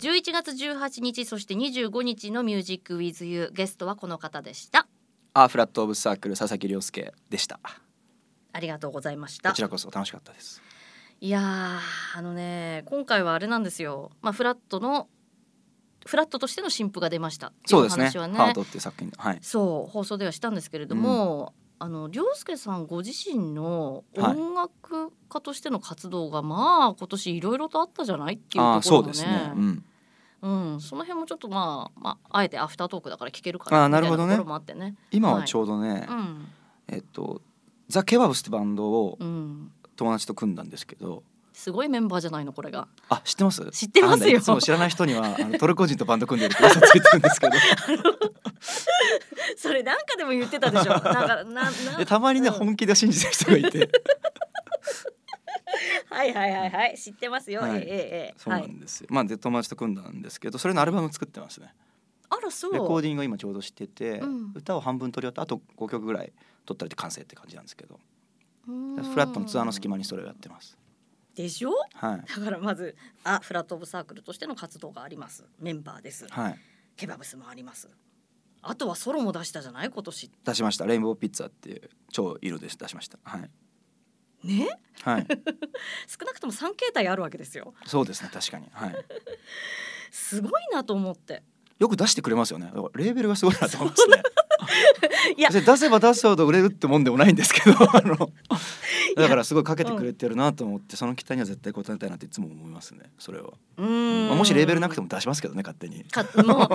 月18日そして25日の「ミュージックウィズユーゲストはこの方でしたアーフラットオブサークル佐々木亮介でしたありがとうございましこたちらこそ楽しかったですいやーあのね今回はあれなんですよ、まあ、フラットのフラットとしての新譜が出ましたっていそううですね話はねハートっていう作品のはいそう放送ではしたんですけれども、あの涼介さんご自身の音楽家としての活動が、まあ今年いろいろとあったじゃないっていうあとあこそろうもでねすねうんうん、その辺もちょっとまあ、まあ、あえてアフタートークだから聞けるかあなーみたなないるほとどこねろもあってね。今はちょうどね、うん、えっとザ・ケバブスってバンドをうん、友達と組んだんですけどすごいメンバーじゃないのこれが。あ知ってます知ってますよあのねいつも知らない人にはあのトルコ人とバンド組んでるって嘘ついてる んですけど それなんかでも言ってた でしょ。なんかななでたまにね、うん本気で信じてる人がいてはいはいはいはい知ってますよ。はええいええそうは。ないんですよ、まあで友達と組んだんですけどそれのアルバム作ってますねあらそう。レコーディングを今ちょうどしてて、うん歌を半分取り終わってあと5曲ぐらい取ったりって完成って感じなんですけど、うんフラットのツアーの隙間にそれをやってますでしょ。はいだからまずあフラットオブサークルとしての活動があります。メンバーです。はいケバブスもあります。あとはソロも出したじゃない今年。出しましたレインボーピッツァっていう超色で出しましたはいね。 はい少なくとも三形態あるわけですよ。そうですね確かにはいすごいなと思って。よく出してくれますよねだからレーベルがすごいなと思いますね いや別に出せば出すほど売れるってもんでもないんですけど あのだからすごいかけてくれてるなと思って、その期待には絶対応えたいなっていつも思いますねそれは、うーん。まあもしレーベルなくても。も出しますけどね勝手 に かもう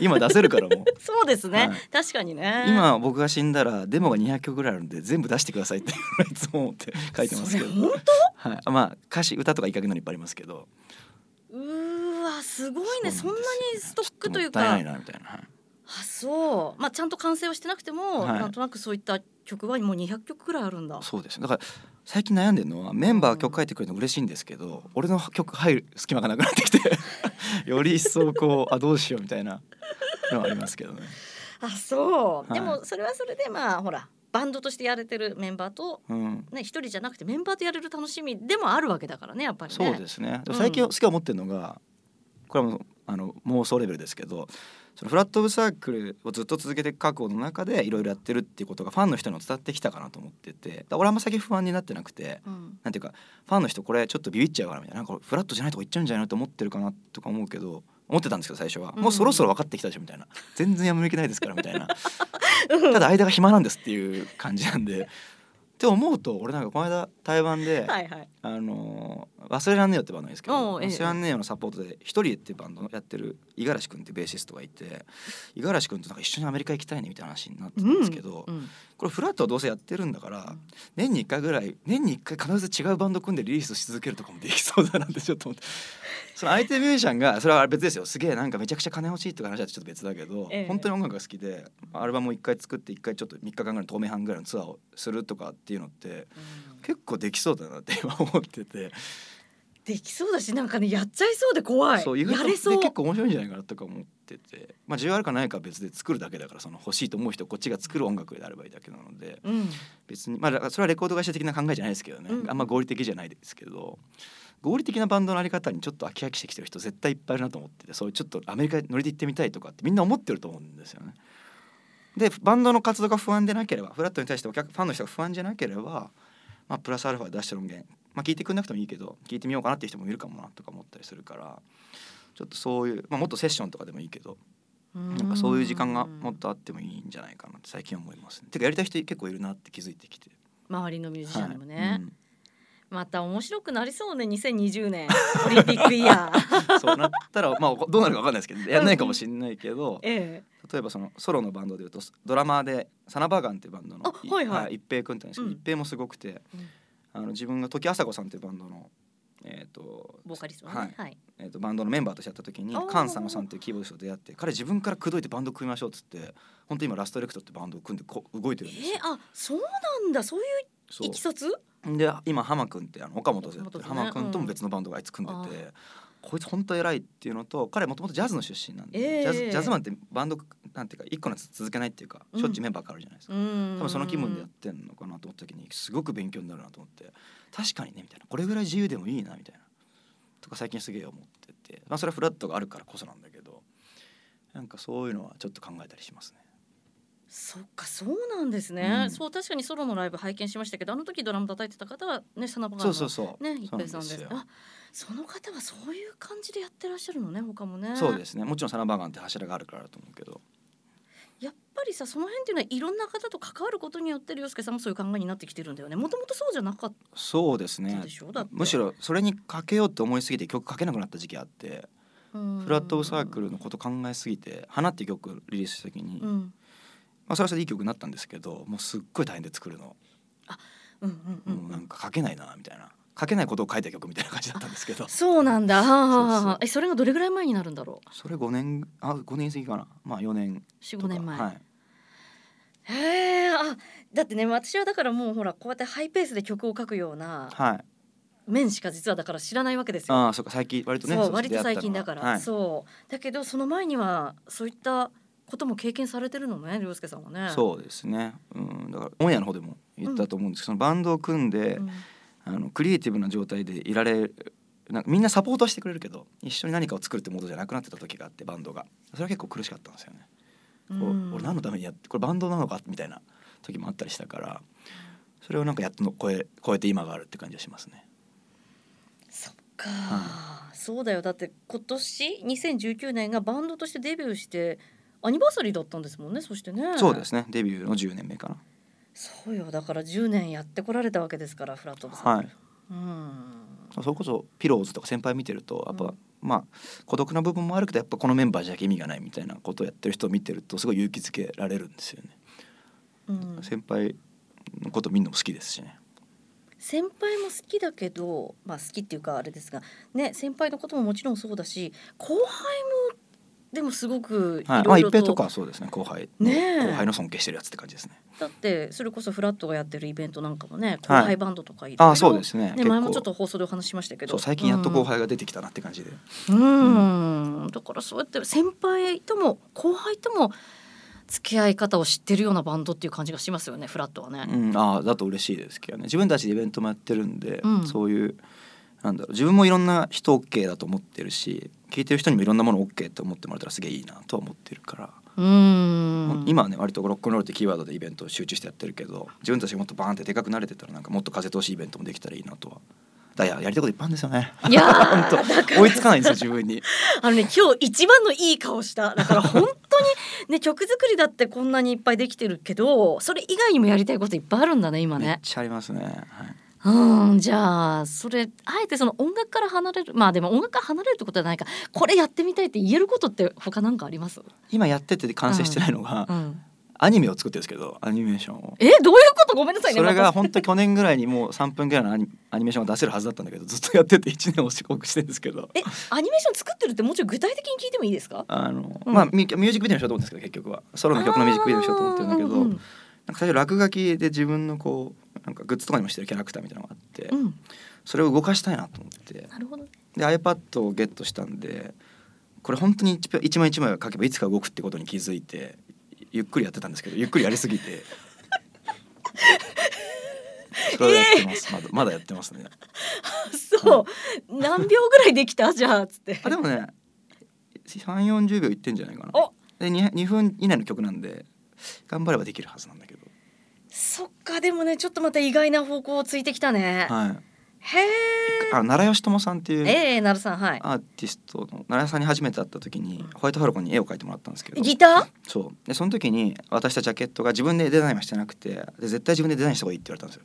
今出せるからもうそうですね、 はい確かにね今僕が死んだらデモが200曲ぐらいあるんで全部出してくださいっていつも思って書いてますけどそれ本、はい、あまあ歌詞歌とかいい加減なのいっぱいありますけどうーわすごいねそうんなですよにストックというちょかっもったいないなみたいな、はいあそうまあちゃんと完成はしてなくても、はいなんとなくそういった曲はもう200曲くらいあるんだそうですねだから最近悩んでるのはメンバーが曲書いてくれるの嬉しいんですけど、俺の曲入る隙間がなくなってき てより一層こうあどうしようみたいなのはありますけどねあそう、はでいもそれはそれでまあほらバンドとしてやれてるメンバーとうんね一人じゃなくてメンバーとやれる楽しみでもあるわけだからねやっぱりねそうですね。でも最近うん好き思ってるのが、これはもうあの妄想レベルですけど、そのフラットオブサークルをずっと続けていく覚悟の中でいろいろやってるっていうことがファンの人にも伝わってきたかなと思ってて、だから俺あんま先不安になってなくて。うんなんていうかファンの人これちょっとビビっちゃうからみたいななんかフラットじゃないとこ行っちゃうんじゃないのと思ってるかなとか思うけど思ってたんですけど最初は、うんもうそろそろ分かってきたでしょみたいな全然やむべきないですからみたいなただ間が暇なんですっていう感じなんでって思うと俺なんかこの間台湾で、はいはいあのー忘れらんねえよってバンドなんですけおど、うええ忘れらんねえよのサポートで一人っていうバンドのやってる五十嵐君ってベーシストがいて五十嵐君となんか一緒にアメリカ行きたいねみたいな話になってたんですけど、うんうんこれフラットはどうせやってるんだから、うん年に1回ぐらい年に1回必ず違うバンド組んでリリースし続けるとかもできそうだなってちょっ と思ってその相手ミュージシャンがそれは別ですよすげえなんかめちゃくちゃ金欲しいとか話はちょっと別だけど、ええ本当に音楽が好きでアルバムを1回作って1回ちょっと3日間ぐらいの透明半ぐらいのツアーをするとかっていうのって結構できそうだなって今思ってて、できそうだしなんかねやっちゃいそうで怖いそう意や外とれそう結構面白いんじゃないかなとか思っててまあ需要あるかないかは別で作るだけだからその欲しいと思う人こっちが作る音楽であればいいだけなので。うん別にまあだからそれはレコード会社的な考えじゃないですけどね、うんあんま合理的じゃないですけど合理的なバンドのあり方にちょっと飽き飽きしてきてる人絶対いっぱいいるなと思っててそういうちょっとアメリカに乗りで行ってみたいとかってみんな思ってると思うんですよね。でバンドの活動が不安でなければフラットに対してお客ファンの人が不安じゃなければ、まあ、プラスアルファで出してる音源、まあ、聞いてくれなくてもいいけど聞いてみようかなっていう人もいるかもなとか思ったりするからちょっとそういう、まあ、もっとセッションとかでもいいけどなんかそういう時間がもっとあってもいいんじゃないかなって最近思いますね。てかやりたい人結構いるなって気づいてきて。周りのミュージシャンにもね、はいうんまた面白くなりそうね2020年オリンピックイヤ ーそうなったらまあどうなるかわかんないですけどやんないかもしれないけどええ例えばそのソロのバンドでいうとドラマーでサナバーガンっていうバンドのあはいはい一平君って言うんですけど、うん一平もすごくてうんあの自分が時あさこさんっていうバンドのえっ、と,、ボーカリストはねはい、えー、とバンドのメンバーとしてやった時にあー菅佐野さんっていうキーボードと出会って彼自分から口説いてバンド組みましょうっつって本当今ラストエレクトってバンドを組んでこ動いてえるんですよ。えあそうなんだそういうそういきさつで今浜君ってあの岡本さんって岡本さんね浜君とも別のバンドがあいつ組んでて、うんこいつ本当偉いっていうのと彼もともとジャズの出身なんで、ええジャズジャズマンってバンドなんていうか一個のやつ続けないっていうか、うんしょっちゅうメンバー変わるじゃないですか、うん多分その気分でやってんのかなと思った時にすごく勉強になるなと思って確かにねみたいなこれぐらい自由でもいいなみたいなとか最近すげえ思っててて、まあ、それはフラットがあるからこそなんだけどなんかそういうのはちょっと考えたりしますね。そっかそうなんですね、うんそう確かにソロのライブ拝見しましたけどあの時ドラム叩いてた方はねサナバガそうのそうそう。ね一そうな平んさんですよあその方はそういう感じでやってらっしゃるのね他もねそうですね。もちろんサナバガンって柱があるからだと思うけど。やっぱりさその辺っていうのはいろんな方と関わることによって涼介さんもそういう考えになってきてるんだよねもともとそうじゃなかっそうですたねで。しょ、だってむしろそれにかけようと思いすぎて曲書けなくなった時期あって、うんフラットオブサークルのこと考えすぎて「花」っていう曲をリリースした時に、うまんあ、それはそれでいい曲になったんですけどもうすっごい大変で作るの、うんうんうんもうなんか書けないなみたいな書けないことを書いた曲みたいな感じだったんですけどそうなんだそうそうあーえそれがどれぐらい前になるんだろそれ5年あ5年過ぎかなまあ4年う四とか五年前、はい、へえあだってね私はだからもうほらこうやってハイペースで曲を書くようなはい、面しか実はだから知らないわけですよああそうか最近割とねそうそう割と出会最った近のはだから、はい、そうだけどその前にはそういったことも経験されてるのね涼介さんはねそうですね、うん、だからオンエアの方でも言ったと思うんですけど、そのバンドを組んで、うんあのクリエイティブな状態でいられなんかみんなサポートはしてくれるけど一緒に何かを作るってモードじゃなくなってた時があってバンドがそれは結構苦しかったんですよね。こううん俺何のためにやってこれバンドなのかみたいな時もあったりしたからそれをなんかやっとの超え超えて今があるって感じがしますね。そっか、そうだよだって今年2019年がバンドとしてデビューしてアニバーサリーだったんですもんねそしてねそうですねデビューの10年目かな。そうよだから10年やってこられたわけですからフラットオブさん、はい、うんそれこそピローズとか先輩見てるとやっぱ、うんまあ孤独な部分もあるけどやっぱこのメンバーじゃ意味がないみたいなことをやってる人を見てるとすごい勇気づけられるんですよね。うん、先輩のこと見るのも好きですしね。先輩も好きだけど、まあ、好きっていうかあれですが、ね、先輩のことももちろんそうだし後輩もでもすごくはいい、まろあい一ろ平ととかはそうですね後輩の、ねえ後輩の尊敬してるやつって感じですね。だってそれこそフラットがやってるイベントなんかもね後はい輩バンドとかいろいろああそうですね。ね、結構前もちょっと放送でお話ししましたけそどう最近やっと後輩輩が出てきたなって感じで、うん、だからそうやって先輩とも後輩とも付き合い方を知ってるようなバンドっていう感じがしますよねフラットはね。うん、ああだと嬉しいですけどね。自分たちでイベントもやってるんで、うんそういうなんだろう自分もいろんな人 OK だと思ってるし、聞いてる人にもいろんなもの OK と思ってもらえたらすげえいいなとは思ってるから。うん、今はね割とロックンロールってキーワードでイベントを集中してやってるけど自分たちがもっとバーンってでかくなれてたらなんかもっと風通しいいイベントもできたらいいなとはだからやりたいこといっぱいあるんです よねいやー本当追いつかないんですよ自分にあのね今日一番のいい顔しただから本当に ね曲作りだってこんなにいっぱいできてるけどそれ以外にもやりたいこといっぱいあるんだね今めっね。ちゃありますね、はい、うんじゃあそれあえてその音楽から離れるまあでも音楽から離れるってことはないかこれやってみたいって言えることって他なんかあります、今やってて完成してないのが、うん、アニメを作ってるんですけどアニメーションを。えどういうことごめんなさいねそれまがた本当去年ぐらいにもう3分ぐらいのアニアニメーションが出せるはずだったんだけどずっとやってて1年遅刻してるんですけどえアニメーション作ってるってもうちょい具体的に聞いてもいいですかあの、うんまあミミュージックビデオにしようと思うんですけど結局はソロの曲のミュージックビデオにしようと思ってるんだけど、うなんんか最初落書きで自分のこうなんかグッズとかにもしてるキャラクターみたいなのがあって、うんうんそれを動かしたいなと思ってなるほどねで iPad をゲットしたんでこれ本当に一枚一枚一枚を書けばいつか動くってことに気づいてゆっくりやってたんですけどゆっくりやりす ぎてそれをやってます、まだまだやってますねそう何秒ぐらいできたじゃあつってあでもね3四4 0秒いってんじゃないかなおで 2, 2分以内の曲なんで頑張ればできるはずなんだけどそっかでもねちょっとまた意外な方向をついてきたね、はいへあの奈良義朝さんってえいうええなるさんはいアーティストの奈良さんに初めて会った時にホワイトハルコンに絵を描いてもらったんですけどギタそうでその時に渡したジャケットが自分でデザインはしてなくてで絶対自分でデザインした方がいいって言われたんですよ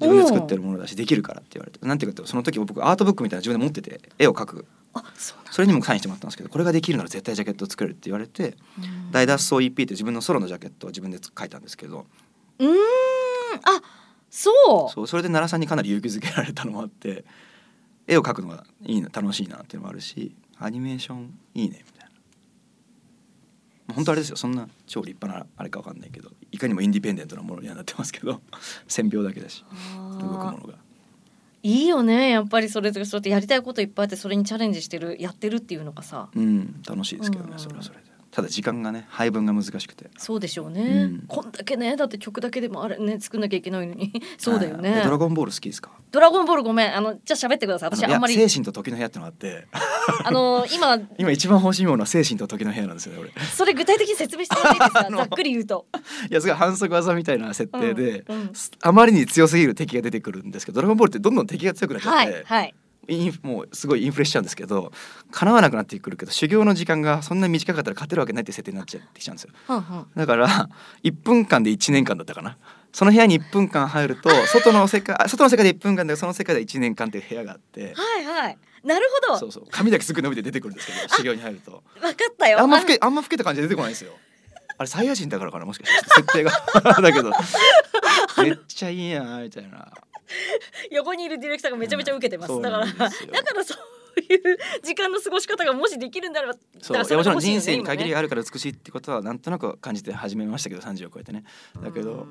自分で作ってるものだしできるからって言われてなんていうかっていうとその時僕アートブックみたいなの自分で持ってて絵を描くーあそうなんだそれにもサインしてもらったんですけどこれができるなら絶対ジャケットを作れるって言われて「大脱走 EP」って自分のソロのジャケットを自分で描いたんですけどうーんあそうそうそれで奈良さんにかなり勇気づけられたのもあって絵を描くのがいいな楽しいなっていうのもあるしアニメーションいいねみたいなまあ本当あれですよそんな超立派なあれかわかんないけどいかにもインディペンデントなものにはなってますけど 線描だけだし動くもあのーがいいよねやっぱりそれとそうやってやりたいこといっぱいあってそれにチャレンジしてるやってるっていうのがさうん楽しいですけどうねんそれはそれでただ時間がね配分が難しくてそうでしょうね、うんこんだけねだって曲だけでもあれね作んなきゃいけないの にそうだよはいねえドラゴンボール好きですかドラゴンボールごめんあのじゃあ喋ってください 私のいやあんまり精神と時の部屋ってのがあって あの今今一番欲しいものは精神と時の部屋なんですよね俺いそれ具体的に説明してもらっていいです あかのざっくり言うと、やすごい反則技みたいな設定で、うんうんすあまりに強すぎる敵が出てくるんですけどドラゴンボールってどんどん敵が強くなっちゃはって、いはいインもうすごいインフレしちゃうんですけど叶わなくなってくるけど修行の時間がそんなに短かったら勝てるわけないって設定になっちゃってきちゃうんですようんうんだから1分間で1年間だったかなその部屋に1分間 入ると外の世界あ外の世界で1分間でその世界で1年間っていう部屋があってはいはいなるほそどうそう髪だけすぐ伸びて出てくるんですけど修行に入ると分かったよあんま老けあんま老けた感じで出てこないんですよ あれサイヤ人だからかなもしかして設定が だけどめっちゃいいやんみたいな横にいるディレクターがめちゃめちゃ受けてます、そうだからなんだでかすよらそういう時間の過ごし方がもしできるんであればそうだいやからもれちがろん欲しいよ人ね生に限今りねがあるから美しいってことはなんとなく感じて始めましたけど30を超えてねだけど、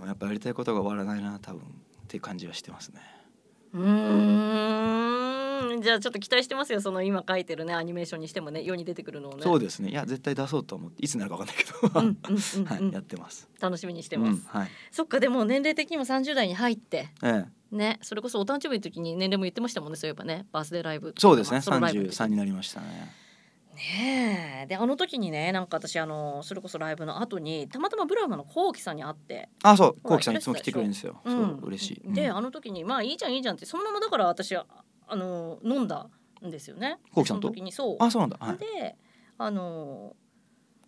うん、やっぱやりたいことが終わらないな多分っていう感じはしてますねうーんじゃあちょっと期待してますよその今書いてるねアニメーションにしてもね世に出てくるのをねそうでですねいや絶対出そうと思っていつになるかわかんないけど、んうんうんはうい、んやってます楽しみにしてます、うんはいそっかでも年齢的にも30代に入ってええ、ねそれこそお誕生日の時に年齢も言ってましたもんねそういえばねバースデーライブそうですねソロライブの時33になりましたねねえであの時にねなんか私あのそれこそライブの後にたまたまブラウマのこうきさんに会ってあそうほらこうきさんいつも来てくれるんですよ、うんそう嬉しい、で、うんあの時にまあいいじゃんいいじゃんってそのままだから私ああの飲んだんですよね。こうきさんそとの時にそう。あそうなんだはいであの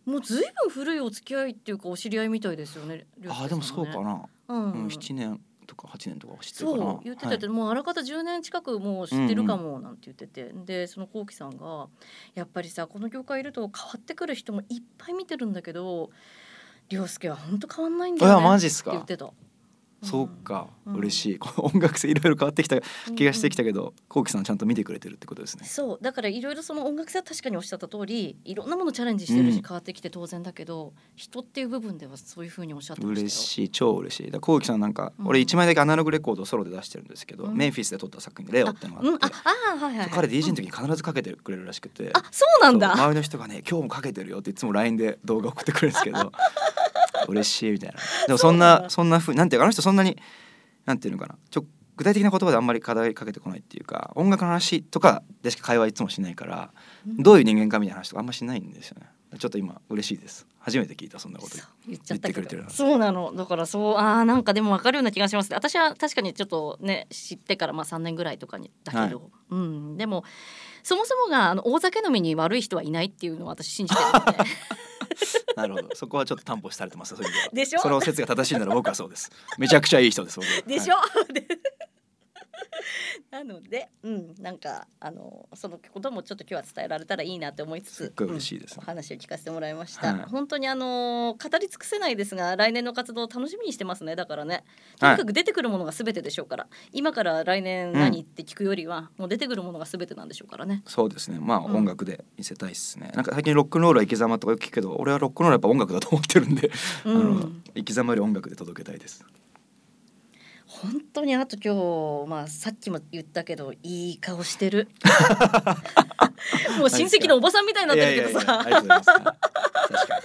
もうずいぶん古いお付き合いっていうかお知り合いみたいですよね。涼介さんはあねでもそうか。な、うん。うん、7年とか8年とか知ってるかなそう言ってたけはいど、もうあらかた10年近くもう知ってるかもなんて言ってて、でそのこうきさんがやっぱりさこの業界いると変わってくる人もいっぱい見てるんだけど涼介は本当変わんないんだよいやマねってジっす言っかてた。そうか、うん嬉しいこの音楽性いろいろ変わってきたうん気がしてきたけど、こうきさんちゃんと見てくれてるってことですねそうだからいろいろその音楽性は確かにおっしゃった通りいろんなものチャレンジしてるし、うん変わってきて当然だけど人っていう部分ではそういうふうにおっしゃってましたよ嬉しい超嬉しいだからこうきさんなんか、うん俺1枚だけアナログレコードをソロで出してるんですけど、うんメンフィスで撮った作品で「レオ」ってのがあっうて、んああーはいはい、彼 DJ の時時に必ずかけてくれるらしくて、あそうなんそうだ周りの人がね「今日もかけてるよ」っていつも LINE で動画送ってくれるんですけど 嬉しいみたいなでもそんなそんなふうなんていうかあの人そんなになんていうのかなちょ具体的な言葉であんまり課題かけてこないっていうか音楽の話とかでしか会話いつもしないからうんどういう人間かみたいな話とかあんましないんですよねちょっと今嬉しいです初めて聞いたそんなことそう言っちゃった言ってくけれてるどなそうなのだからそうあーなんかでも分かるような気がします私は確かにちょっとね知ってからまあ3年ぐらいとかにだけど、うんでもそもそもがあの大酒飲みに悪い人はいないっていうのを私信じてるので なるほどそこはちょっと担保されてますそういう意味ではでしょその説が正しいなら僕はそうですめちゃくちゃいい人です僕はでしはょ、でなの で、うん、なんかあのそのこともちょっと今日は伝えられたらいいなって思いつつすっごい嬉しいですねうんお話を聞かせてもらいました、はい本当にあの語り尽くせないですが来年の活動を楽しみにしてますねだからねとはいにかく出てくるものが全てでしょうから、今から来年何って聞くよりは、もう出てくるものが全てなんでしょうからねそうですねまあうん音楽で見せたいですね、なんか最近ロックンロールは生き様とかよく聞くけど俺はロックンロールはやっぱ音楽だと思ってるんで、うんあの生き様より音楽で届けたいです本当にあと今日、まあ、さっきも言ったけどいい顔して るもう親戚のおばさんみたいになってるけどさいやいやいやありがとうございますはい確かに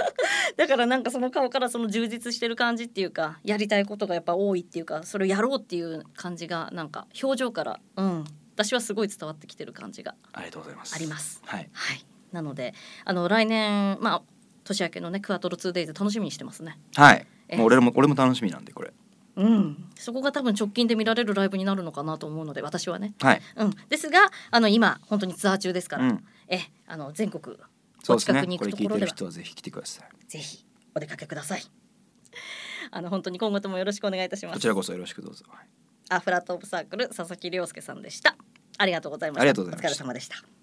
だからなんかその顔からその充実してる感じっていうかやりたいことがやっぱ多いっていうかそれをやろうっていう感じがなんか表情からうん私はすごい伝わってきてる感じがありがとうございますありますはいはいなのであの来年まあ年明けのねクアトロ 2days 楽しみにしてますねはいえもう俺も俺も楽しみなんでこれうんそこが多分直近で見られるライブになるのかなと思うので私はねはいうんですがあの今本当にツアー中ですから、うんえあの全国そおうです近ねくにこ行れくと聞いころてでるは人はぜひ来てくださいぜひお出かけください あの本当に今後ともよろしくお願いいたしますこちらこそよろしくどうぞ、はいアフラットオブサークル佐々木亮介さんでした。ありがとうございました。ありがとうございましたお疲れ様でした。